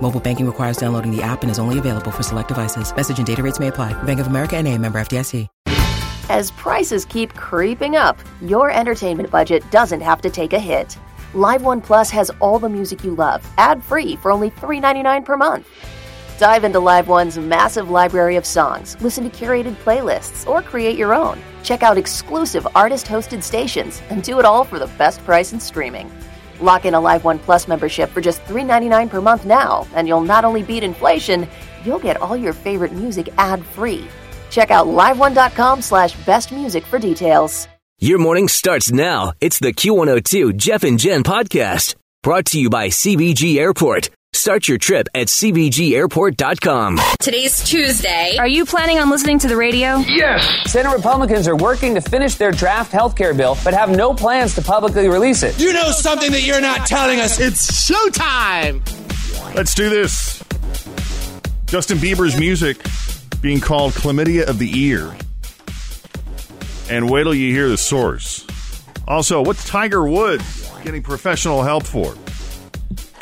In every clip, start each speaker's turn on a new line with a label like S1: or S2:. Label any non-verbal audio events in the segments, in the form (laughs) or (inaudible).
S1: Mobile banking requires downloading the app and is only available for select devices. Message and data rates may apply. Bank of America and a member FDIC.
S2: As prices keep creeping up, your entertainment budget doesn't have to take a hit. Live One Plus has all the music you love, ad free for only $3.99 per month. Dive into Live One's massive library of songs, listen to curated playlists, or create your own. Check out exclusive artist hosted stations and do it all for the best price in streaming. Lock in a Live One Plus membership for just $3.99 per month now, and you'll not only beat inflation, you'll get all your favorite music ad free. Check out liveone.com slash best music for details.
S3: Your morning starts now. It's the Q102 Jeff and Jen podcast brought to you by CBG Airport. Start your trip at CBGAirport.com.
S4: Today's Tuesday.
S5: Are you planning on listening to the radio?
S6: Yes.
S7: Senate Republicans are working to finish their draft health care bill, but have no plans to publicly release it.
S8: You know something that you're not telling us.
S9: It's showtime.
S10: Let's do this. Justin Bieber's music being called chlamydia of the ear. And wait till you hear the source. Also, what's Tiger Woods getting professional help for?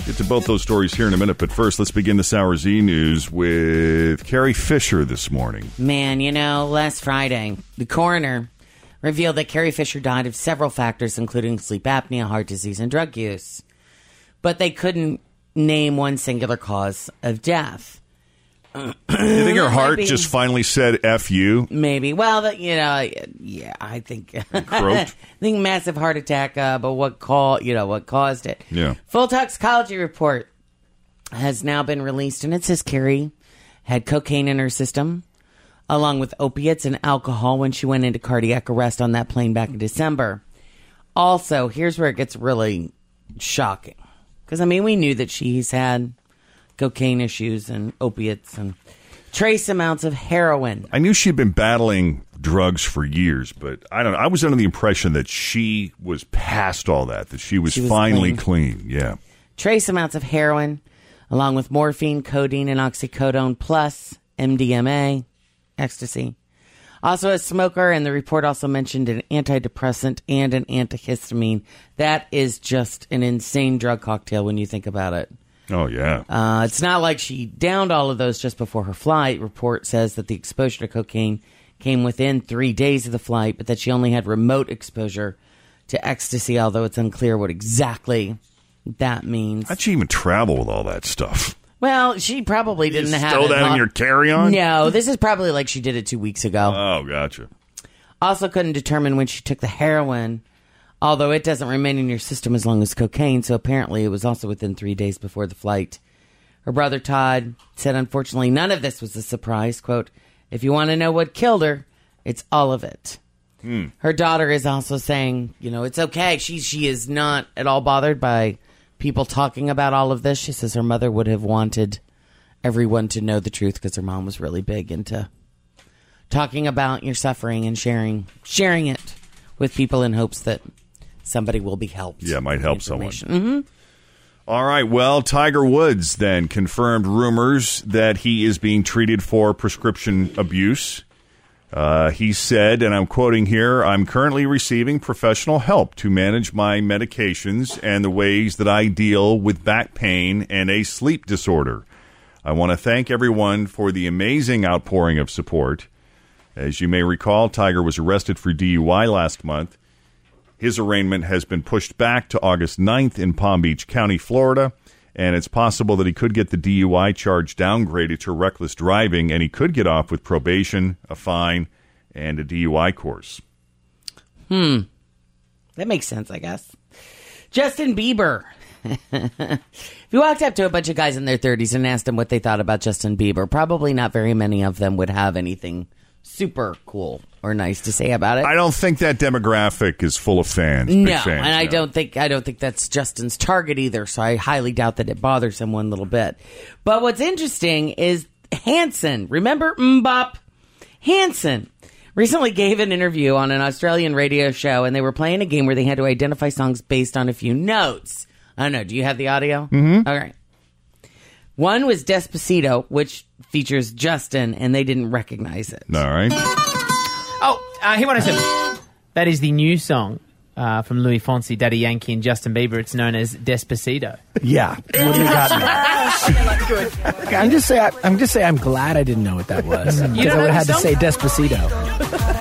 S10: Get to both those stories here in a minute, but first, let's begin this hour's Z News with Carrie Fisher this morning.
S11: Man, you know, last Friday, the coroner revealed that Carrie Fisher died of several factors, including sleep apnea, heart disease, and drug use. But they couldn't name one singular cause of death.
S10: You think her heart just finally said "f you"?
S11: Maybe. Well, the- you know, yeah, I think (laughs) I
S10: croaked?
S11: think massive heart attack. Uh, but what call? You know what caused it?
S10: Yeah.
S11: Full toxicology report has now been released, and it says Carrie had cocaine in her system, along with opiates and alcohol when she went into cardiac arrest on that plane back in December. Also, here's where it gets really shocking, because I mean, we knew that she's had cocaine issues and opiates and trace amounts of heroin.
S10: I knew she'd been battling drugs for years, but I don't. know. I was under the impression that she was past all that. That she was,
S11: She was
S10: finally clean. Yeah.
S11: trace amounts of heroin, along with morphine, codeine, and oxycodone, plus MDMA, ecstasy. Also, a smoker, and the report also mentioned an antidepressant and an antihistamine. That is just an insane drug cocktail when you think about it.
S10: Oh yeah.
S11: Uh, it's not like she downed all of those just before her flight. Report says that the exposure to cocaine came within three days of the flight, but that she only had remote exposure to ecstasy, although it's unclear what exactly that means.
S10: How'd she even travel with all that stuff?
S11: Well, she probably didn't
S10: just
S11: have
S10: throw
S11: it
S10: that in
S11: locked-
S10: your carry-on?
S11: No, this is probably like she did it two weeks ago.
S10: Oh, gotcha.
S11: also, couldn't determine when she took the heroin, although it doesn't remain in your system as long as cocaine. So apparently, it was also within three days before the flight. Her brother Todd said, "Unfortunately, none of this was a surprise." "Quote: If you want to know what killed her, it's all of it."
S10: Hmm.
S11: Her daughter is also saying, "You know, it's okay. She she is not at all bothered by people talking about all of this." She says her mother would have wanted everyone to know the truth because her mom was really big into talking about your suffering and sharing sharing it with people in hopes that somebody will be helped.
S10: Yeah, it might help someone.
S11: Information. Mm-hmm.
S10: All right. Well, Tiger Woods then confirmed rumors that he is being treated for prescription abuse. Uh, he said, and I'm quoting here I'm currently receiving professional help to manage my medications and the ways that I deal with back pain and a sleep disorder. I want to thank everyone for the amazing outpouring of support. As you may recall, Tiger was arrested for DUI last month. His arraignment has been pushed back to August 9th in Palm Beach County, Florida, and it's possible that he could get the DUI charge downgraded to reckless driving, and he could get off with probation, a fine, and a DUI course.
S11: Hmm. That makes sense, I guess. Justin Bieber. if you walked up to a bunch of guys in their 30s and asked them what they thought about Justin Bieber, probably not very many of them would have anything super cool or nice to say about it.
S10: I don't think that demographic is full of fans.
S11: no,
S10: big fans,
S11: and I
S10: no.
S11: don't think I don't think that's Justin's target either. So I highly doubt that it bothers him one little bit. But what's interesting is Hanson. Remember Mbop? Hanson recently gave an interview on an Australian radio show, and they were playing a game where they had to identify songs based on a few notes. I don't know. Do you have the audio? Mm-hmm. All right. One was Despacito, which features Justin, and they didn't recognize it.
S10: All right.
S9: Oh, uh, hear what I said. That is the new song uh, from Louis Fonsi, Daddy Yankee, and Justin Bieber. It's known as Despacito.
S4: Yeah. What do you got Okay, I'm just say I, I'm just say I'm glad I didn't know what that was because
S9: You
S4: I
S9: don't
S4: would
S9: know
S4: have had
S9: the
S4: to say Despacito.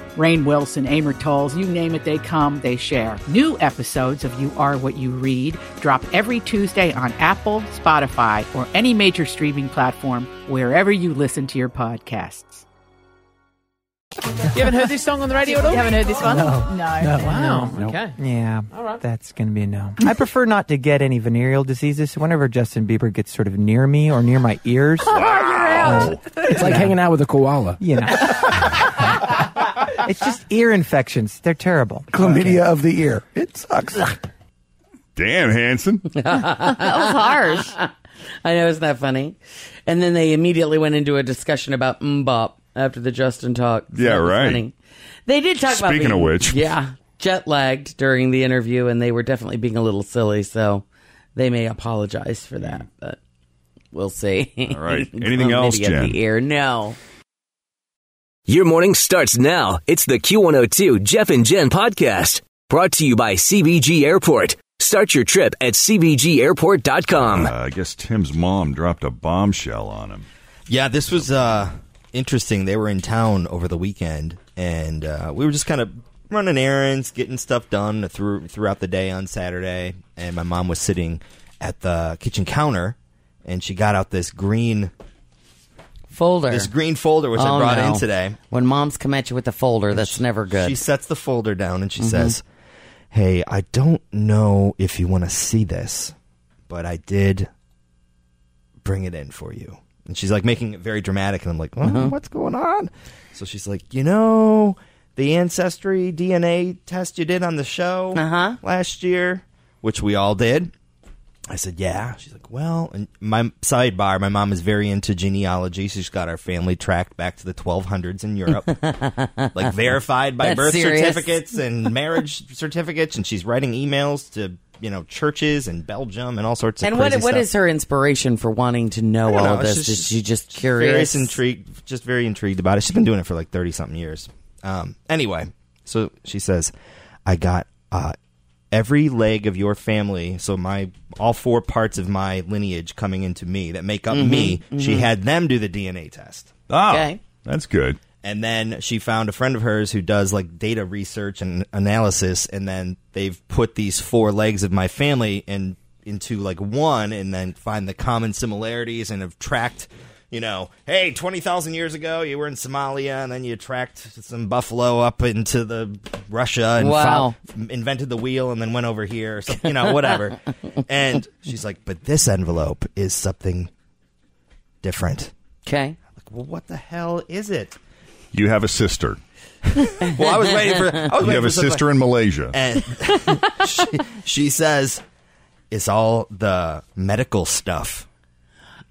S12: Rain Wilson, Amor Tolls, you name it, they come, they share. New episodes of You Are What You Read drop every Tuesday on Apple, Spotify, or any major streaming platform wherever you listen to your podcasts.
S9: You haven't heard this song on the radio at all?
S13: You haven't heard this one? No. No. No.
S9: Wow.
S13: No.
S9: Okay.
S13: Yeah, that's going to be a no. I prefer not to get any venereal diseases. So whenever Justin Bieber gets sort of near me or near my ears, uh,
S4: It's like hanging out with a koala.
S13: you know. it's just ear infections. They're terrible.
S4: Chlamydia of the ear. It sucks.
S10: Damn,
S11: (laughs)
S10: Hanson.
S11: was harsh. I know, isn't that funny? And then they immediately went into a discussion about Mbop after the Justin talk. So
S10: Yeah,
S11: that was
S10: right.
S11: funny. They did talk about
S10: Speaking of
S11: being-
S10: which.
S11: yeah, jet lagged during the interview, and they were definitely being a little silly. So they may apologize for that, but we'll see.
S10: All
S11: (laughs)
S10: right. Anything else,
S11: Chlamydia of
S10: Jen?
S11: The ear, no.
S3: Your morning starts now. It's the Q102 Jeff and Jen podcast brought to you by CBG Airport. Start your trip at
S11: Um.
S3: CBGAirport.com.
S10: Uh, I guess Tim's mom dropped a bombshell on him.
S14: Yeah, this was uh, interesting. They were in town over the weekend, and uh, we were just kind of running errands, getting stuff done through, throughout the day on Saturday. And my mom was sitting at the kitchen counter, and she got out this green
S11: Folder.
S14: This green folder which I
S11: Oh,
S14: brought in
S11: no.
S14: today.
S11: When moms come at you with a folder, that's never good.
S14: She sets the folder down and she
S11: Mhm.
S14: says, "Hey, I don't know if you want to see this, but I did bring it in for you." And she's like making it very dramatic, and I'm like, oh,
S11: Uh-huh.
S15: Mhm.
S14: "What's going on?" So she's like, "You know, the ancestry DNA test you did on the show
S15: Uh-huh.
S14: last year, which we all did." I said, "Yeah." She's like, "Well," and my sidebar, my mom is very into genealogy. She's got our family tracked back to the 1200s
S15: (laughs)
S14: in Europe, like verified by
S15: That's
S14: birth
S15: serious.
S14: certificates and marriage certificates, and she's writing emails to you know churches in Belgium and all sorts of.
S11: and what
S14: crazy
S11: what
S14: stuff.
S11: is her inspiration for wanting to know
S14: I don't
S11: all
S14: know,
S11: of
S14: it's
S11: this?
S14: just-
S11: Is she just
S14: Various
S11: curious?
S14: intrigued, just very intrigued about it. She's been doing it for like thirty something years. Um, anyway, so she says, "I got uh, every leg of your family, so my all four parts of my lineage coming into me that make up
S15: Mhm,
S14: me." She
S11: Mm-hmm.
S15: mhm.
S14: had them do the DNA test.
S10: Oh, that's good.
S14: And then she found a friend of hers who does like data research and analysis, and then they've put these four legs of my family in into like one, and then find the common similarities and have tracked. You know, hey, twenty thousand years ago, you were in Somalia, and then you tracked some buffalo up into the Russia, and
S15: Wow.
S14: fo- invented the wheel, and then went over here, or something, you know, whatever. and she's like, "But this envelope is something different."
S11: Okay.
S14: Like, well, what the hell is it?
S10: You have a sister.
S14: Well, I was waiting for. oh, I was
S10: you
S14: waiting
S10: have
S14: for
S10: a
S14: something-
S10: sister in Malaysia.
S14: And she, she says, "It's all the medical stuff.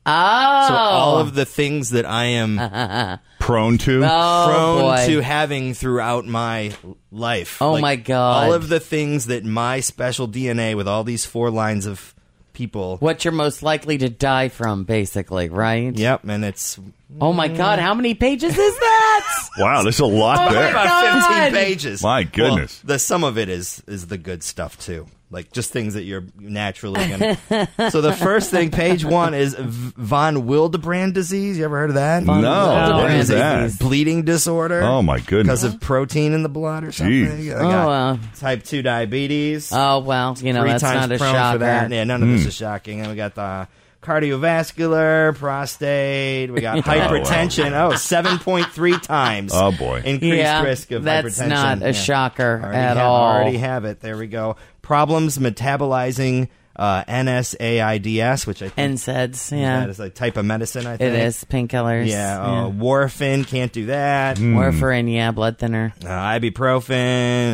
S11: Oh,
S14: So all of the things that I am
S10: prone to,
S11: Oh,
S14: prone
S11: boy.
S14: to having throughout my life.
S11: Oh, my God.
S14: All of the things that my special DNA with all these four lines of people.
S11: what you're most likely to die from, basically, right?
S14: Yep, and it's
S11: Oh my God, how many pages is
S14: (laughs)
S11: that?
S10: Wow, there's a lot
S11: Oh my
S10: there.
S11: God.
S14: Fifteen pages.
S10: My
S14: Well,
S10: goodness.
S14: the sum of it is is the good stuff too. Like just things that you're naturally gonna. (laughs) so the first thing, page one, is v- von Wildebrand disease. You ever heard of that?
S10: Von No, Wildebrand what is that? disease.
S14: Bleeding disorder.
S10: Oh, my goodness.
S14: Because of protein in the blood or something.
S10: Jeez.
S14: I
S10: Oh,
S14: got
S11: wow.
S14: Type two diabetes.
S11: Oh, well, you know,
S14: Three
S11: that's
S14: times
S11: not a
S14: prone
S11: shocker.
S14: for that. Yeah, none of this
S11: Hmm.
S14: is shocking. And we got
S10: Oh,
S14: the cardiovascular, prostate. We got
S11: (laughs) Oh, wow.
S14: hypertension. Oh, 7.3
S11: (laughs)
S14: times.
S11: Oh, boy.
S14: Increased
S11: Yeah,
S14: risk of
S11: that's
S14: hypertension.
S11: not a shocker
S14: Already
S11: at
S14: have-
S11: all.
S14: Already have it. There we go. Problems metabolizing uh, NSAIDs, which I think
S11: NSAIDs, yeah.
S14: that is a type of medicine. I think
S11: is, painkillers,
S14: Yeah,
S11: yeah.
S14: uh, warfarin can't do that.
S11: Hmm. Warfarin, yeah, blood thinner,
S14: uh, ibuprofen.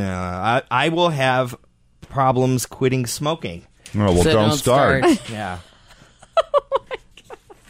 S14: Uh, I I will have problems quitting smoking.
S10: Oh, well,
S11: So don't don't
S14: (laughs)
S11: start. start.
S14: yeah. Oh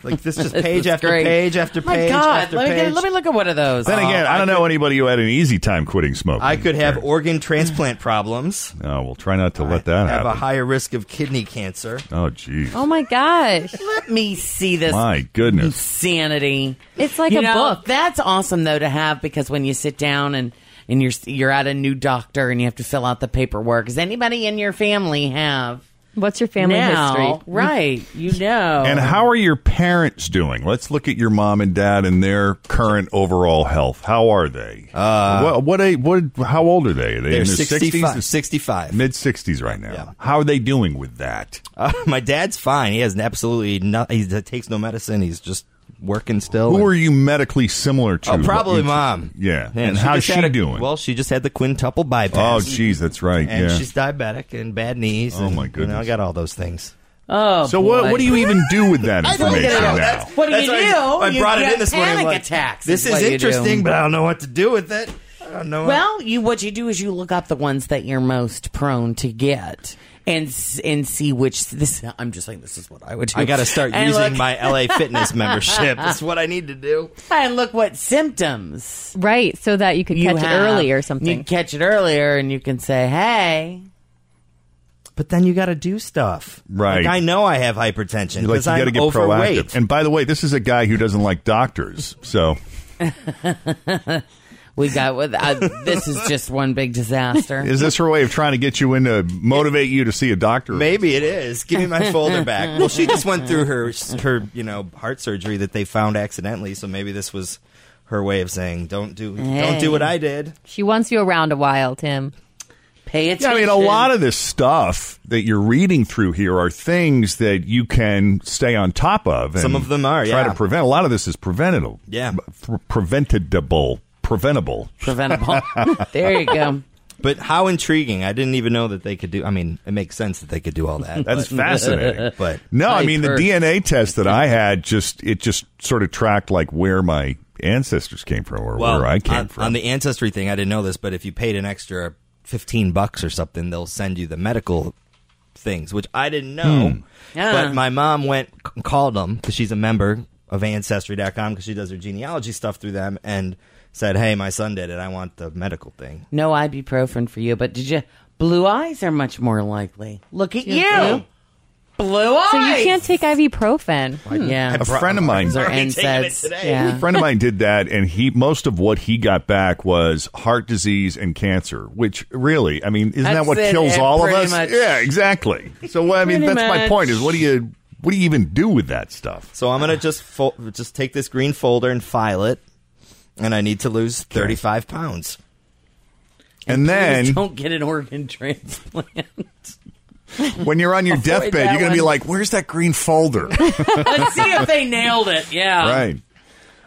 S14: Like this, just
S11: (laughs) This
S14: page
S11: is
S14: after
S11: great.
S14: page after
S11: My
S14: page
S11: God,
S14: after
S11: let me
S14: page.
S11: get- let me look at one of those.
S10: Then again, I don't know anybody who had an easy time quitting smoking.
S14: Uh, I could have organ transplant problems.
S10: oh, we'll try not to let that
S14: have a
S10: happen.
S14: higher risk of kidney cancer.
S10: oh, geez.
S5: Oh my gosh.
S11: Let me see this.
S10: My goodness.
S11: insanity.
S5: It's like
S11: You
S5: a
S11: know,
S5: book.
S11: That's awesome though to have because when you sit down and and you're you're at a new doctor and you have to fill out the paperwork. Does anybody in your family have
S5: What's your family
S11: now-
S5: history?
S11: Right, you know.
S10: And how are your parents doing? Let's look at your mom and dad and their current overall health. How are they? Uh, what, what, a, what? How old are they? Are they
S14: They're
S10: in their
S14: 65.
S10: 60s?
S14: 65.
S10: Mid 60s right now. How are they doing with that?
S14: Uh, (laughs) my dad's fine. He has absolutely not. He takes no medicine. He's just working still.
S10: Who are you medically similar to?
S14: Oh, probably
S10: You-
S14: mom.
S10: Yeah.
S14: Yeah,
S10: and
S14: she
S10: how's
S14: just
S10: she
S14: had a-
S10: doing?
S14: Well, she just had the quintuple bypass.
S10: oh, geez, that's right.
S14: and
S10: yeah.
S14: she's diabetic and bad knees.
S10: Oh,
S14: and,
S10: my
S14: You know, I
S10: goodness.
S14: got all those things.
S11: Oh,
S10: So what? What do you even do with
S14: (laughs)
S10: that
S11: I don't
S10: information
S11: know.
S10: now?
S11: That's- What do
S14: That's
S11: you do?
S14: why I, I
S11: You
S14: brought it
S11: get
S14: in this morning.
S11: panic
S14: like,
S11: attacks
S14: This
S11: is
S14: is
S11: what you do.
S14: interesting, but I don't know what to do with it. I don't know. what-
S11: Well, you what you do is you look up the ones that you're most prone to get and s- and see which this I'm just saying this is what I would do.
S14: I got to start
S11: And
S14: using
S11: look-
S14: my
S11: (laughs)
S14: LA Fitness membership. That's what I need to do.
S11: and look what symptoms
S5: Right, so that you could
S11: you
S5: catch it
S11: have.
S5: early or
S11: You
S5: something.
S11: can catch it earlier and you can say, "Hey,
S14: But then you got to do stuff.
S10: Right.
S14: Like I know I have hypertension
S10: Like you
S14: because
S10: got to
S14: I'm
S10: get
S14: overweight.
S10: proactive. And by the way, this is a guy who doesn't like doctors. So
S11: we got with uh, this
S10: (laughs)
S11: is just one big disaster."
S10: is this her way of trying to get you in to motivate you to see a doctor?
S14: Maybe it is. Give me my folder back. Well, she just went through her her you know heart surgery that they found accidentally, so maybe this was her way of saying don't do don't do what I did.
S5: she wants you around a while, Tim.
S11: Pay
S10: Yeah,
S11: attention.
S10: I mean, a lot of this stuff that you're reading through here are things that you can stay on top of. And
S14: Some of them are,
S10: try
S14: yeah.
S10: to prevent. A lot of this is preventable.
S14: Yeah.
S10: Pre- preventable, preventable. (laughs)
S11: preventable. there you go.
S14: But how intriguing! I didn't even know that they could do. I mean, it makes sense that they could do
S10: (laughs)
S14: all that.
S10: That's (laughs)
S14: but-
S10: fascinating.
S14: But
S10: No, I
S11: Hi,
S10: mean the
S11: Kurt.
S10: DNA test that I had just it just sort of tracked like where my ancestors came from or
S14: well,
S10: where I came
S14: on,
S10: from.
S14: on the ancestry thing, I didn't know this, but if you paid an extra fifteen bucks or something, they'll send you the medical things, which I didn't know.
S10: Hmm.
S11: Yeah.
S14: But my mom went and called them because she's a member of Ancestry.com because she does her genealogy stuff through them and said, "Hey, my son did it. I want the medical thing."
S11: No ibuprofen for you, but did you blue eyes are much more likely. Look at you. Blue eyes. Hmm.
S5: So you can't take ibuprofen.
S11: yeah.
S10: a friend of mine,
S11: Those are
S10: a
S11: NSAIDs. Yeah.
S10: friend of mine did that, and he most of what he got back was heart disease and cancer. Which really, I mean, isn't that
S11: That's
S10: what
S11: it,
S10: kills
S11: eh,
S10: all of
S11: pretty
S10: us?
S11: much.
S10: Yeah, exactly. So well, I mean,
S11: Pretty
S10: that's my
S11: much.
S10: point. Is what do you what do you even do with that stuff?
S14: So I'm gonna just fo- just take this green folder and file it, and I need to lose thirty five pounds.
S10: And
S11: Please
S10: then
S11: don't get an organ
S10: (laughs)
S11: transplant.
S10: when you're
S11: (laughs)
S10: on your deathbed,
S11: that
S10: you're gonna be
S11: one.
S10: like, "Where's that green folder?"
S11: Let's see if they nailed it. Yeah.
S10: right.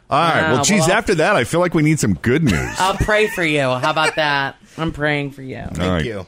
S10: All right.
S11: Yeah,
S10: well, geez.
S11: Um, well-
S10: after that, I feel like we need some good news.
S11: I'll pray for you. How about that? I'm praying for you.
S10: All
S14: Thank
S10: right.
S14: you.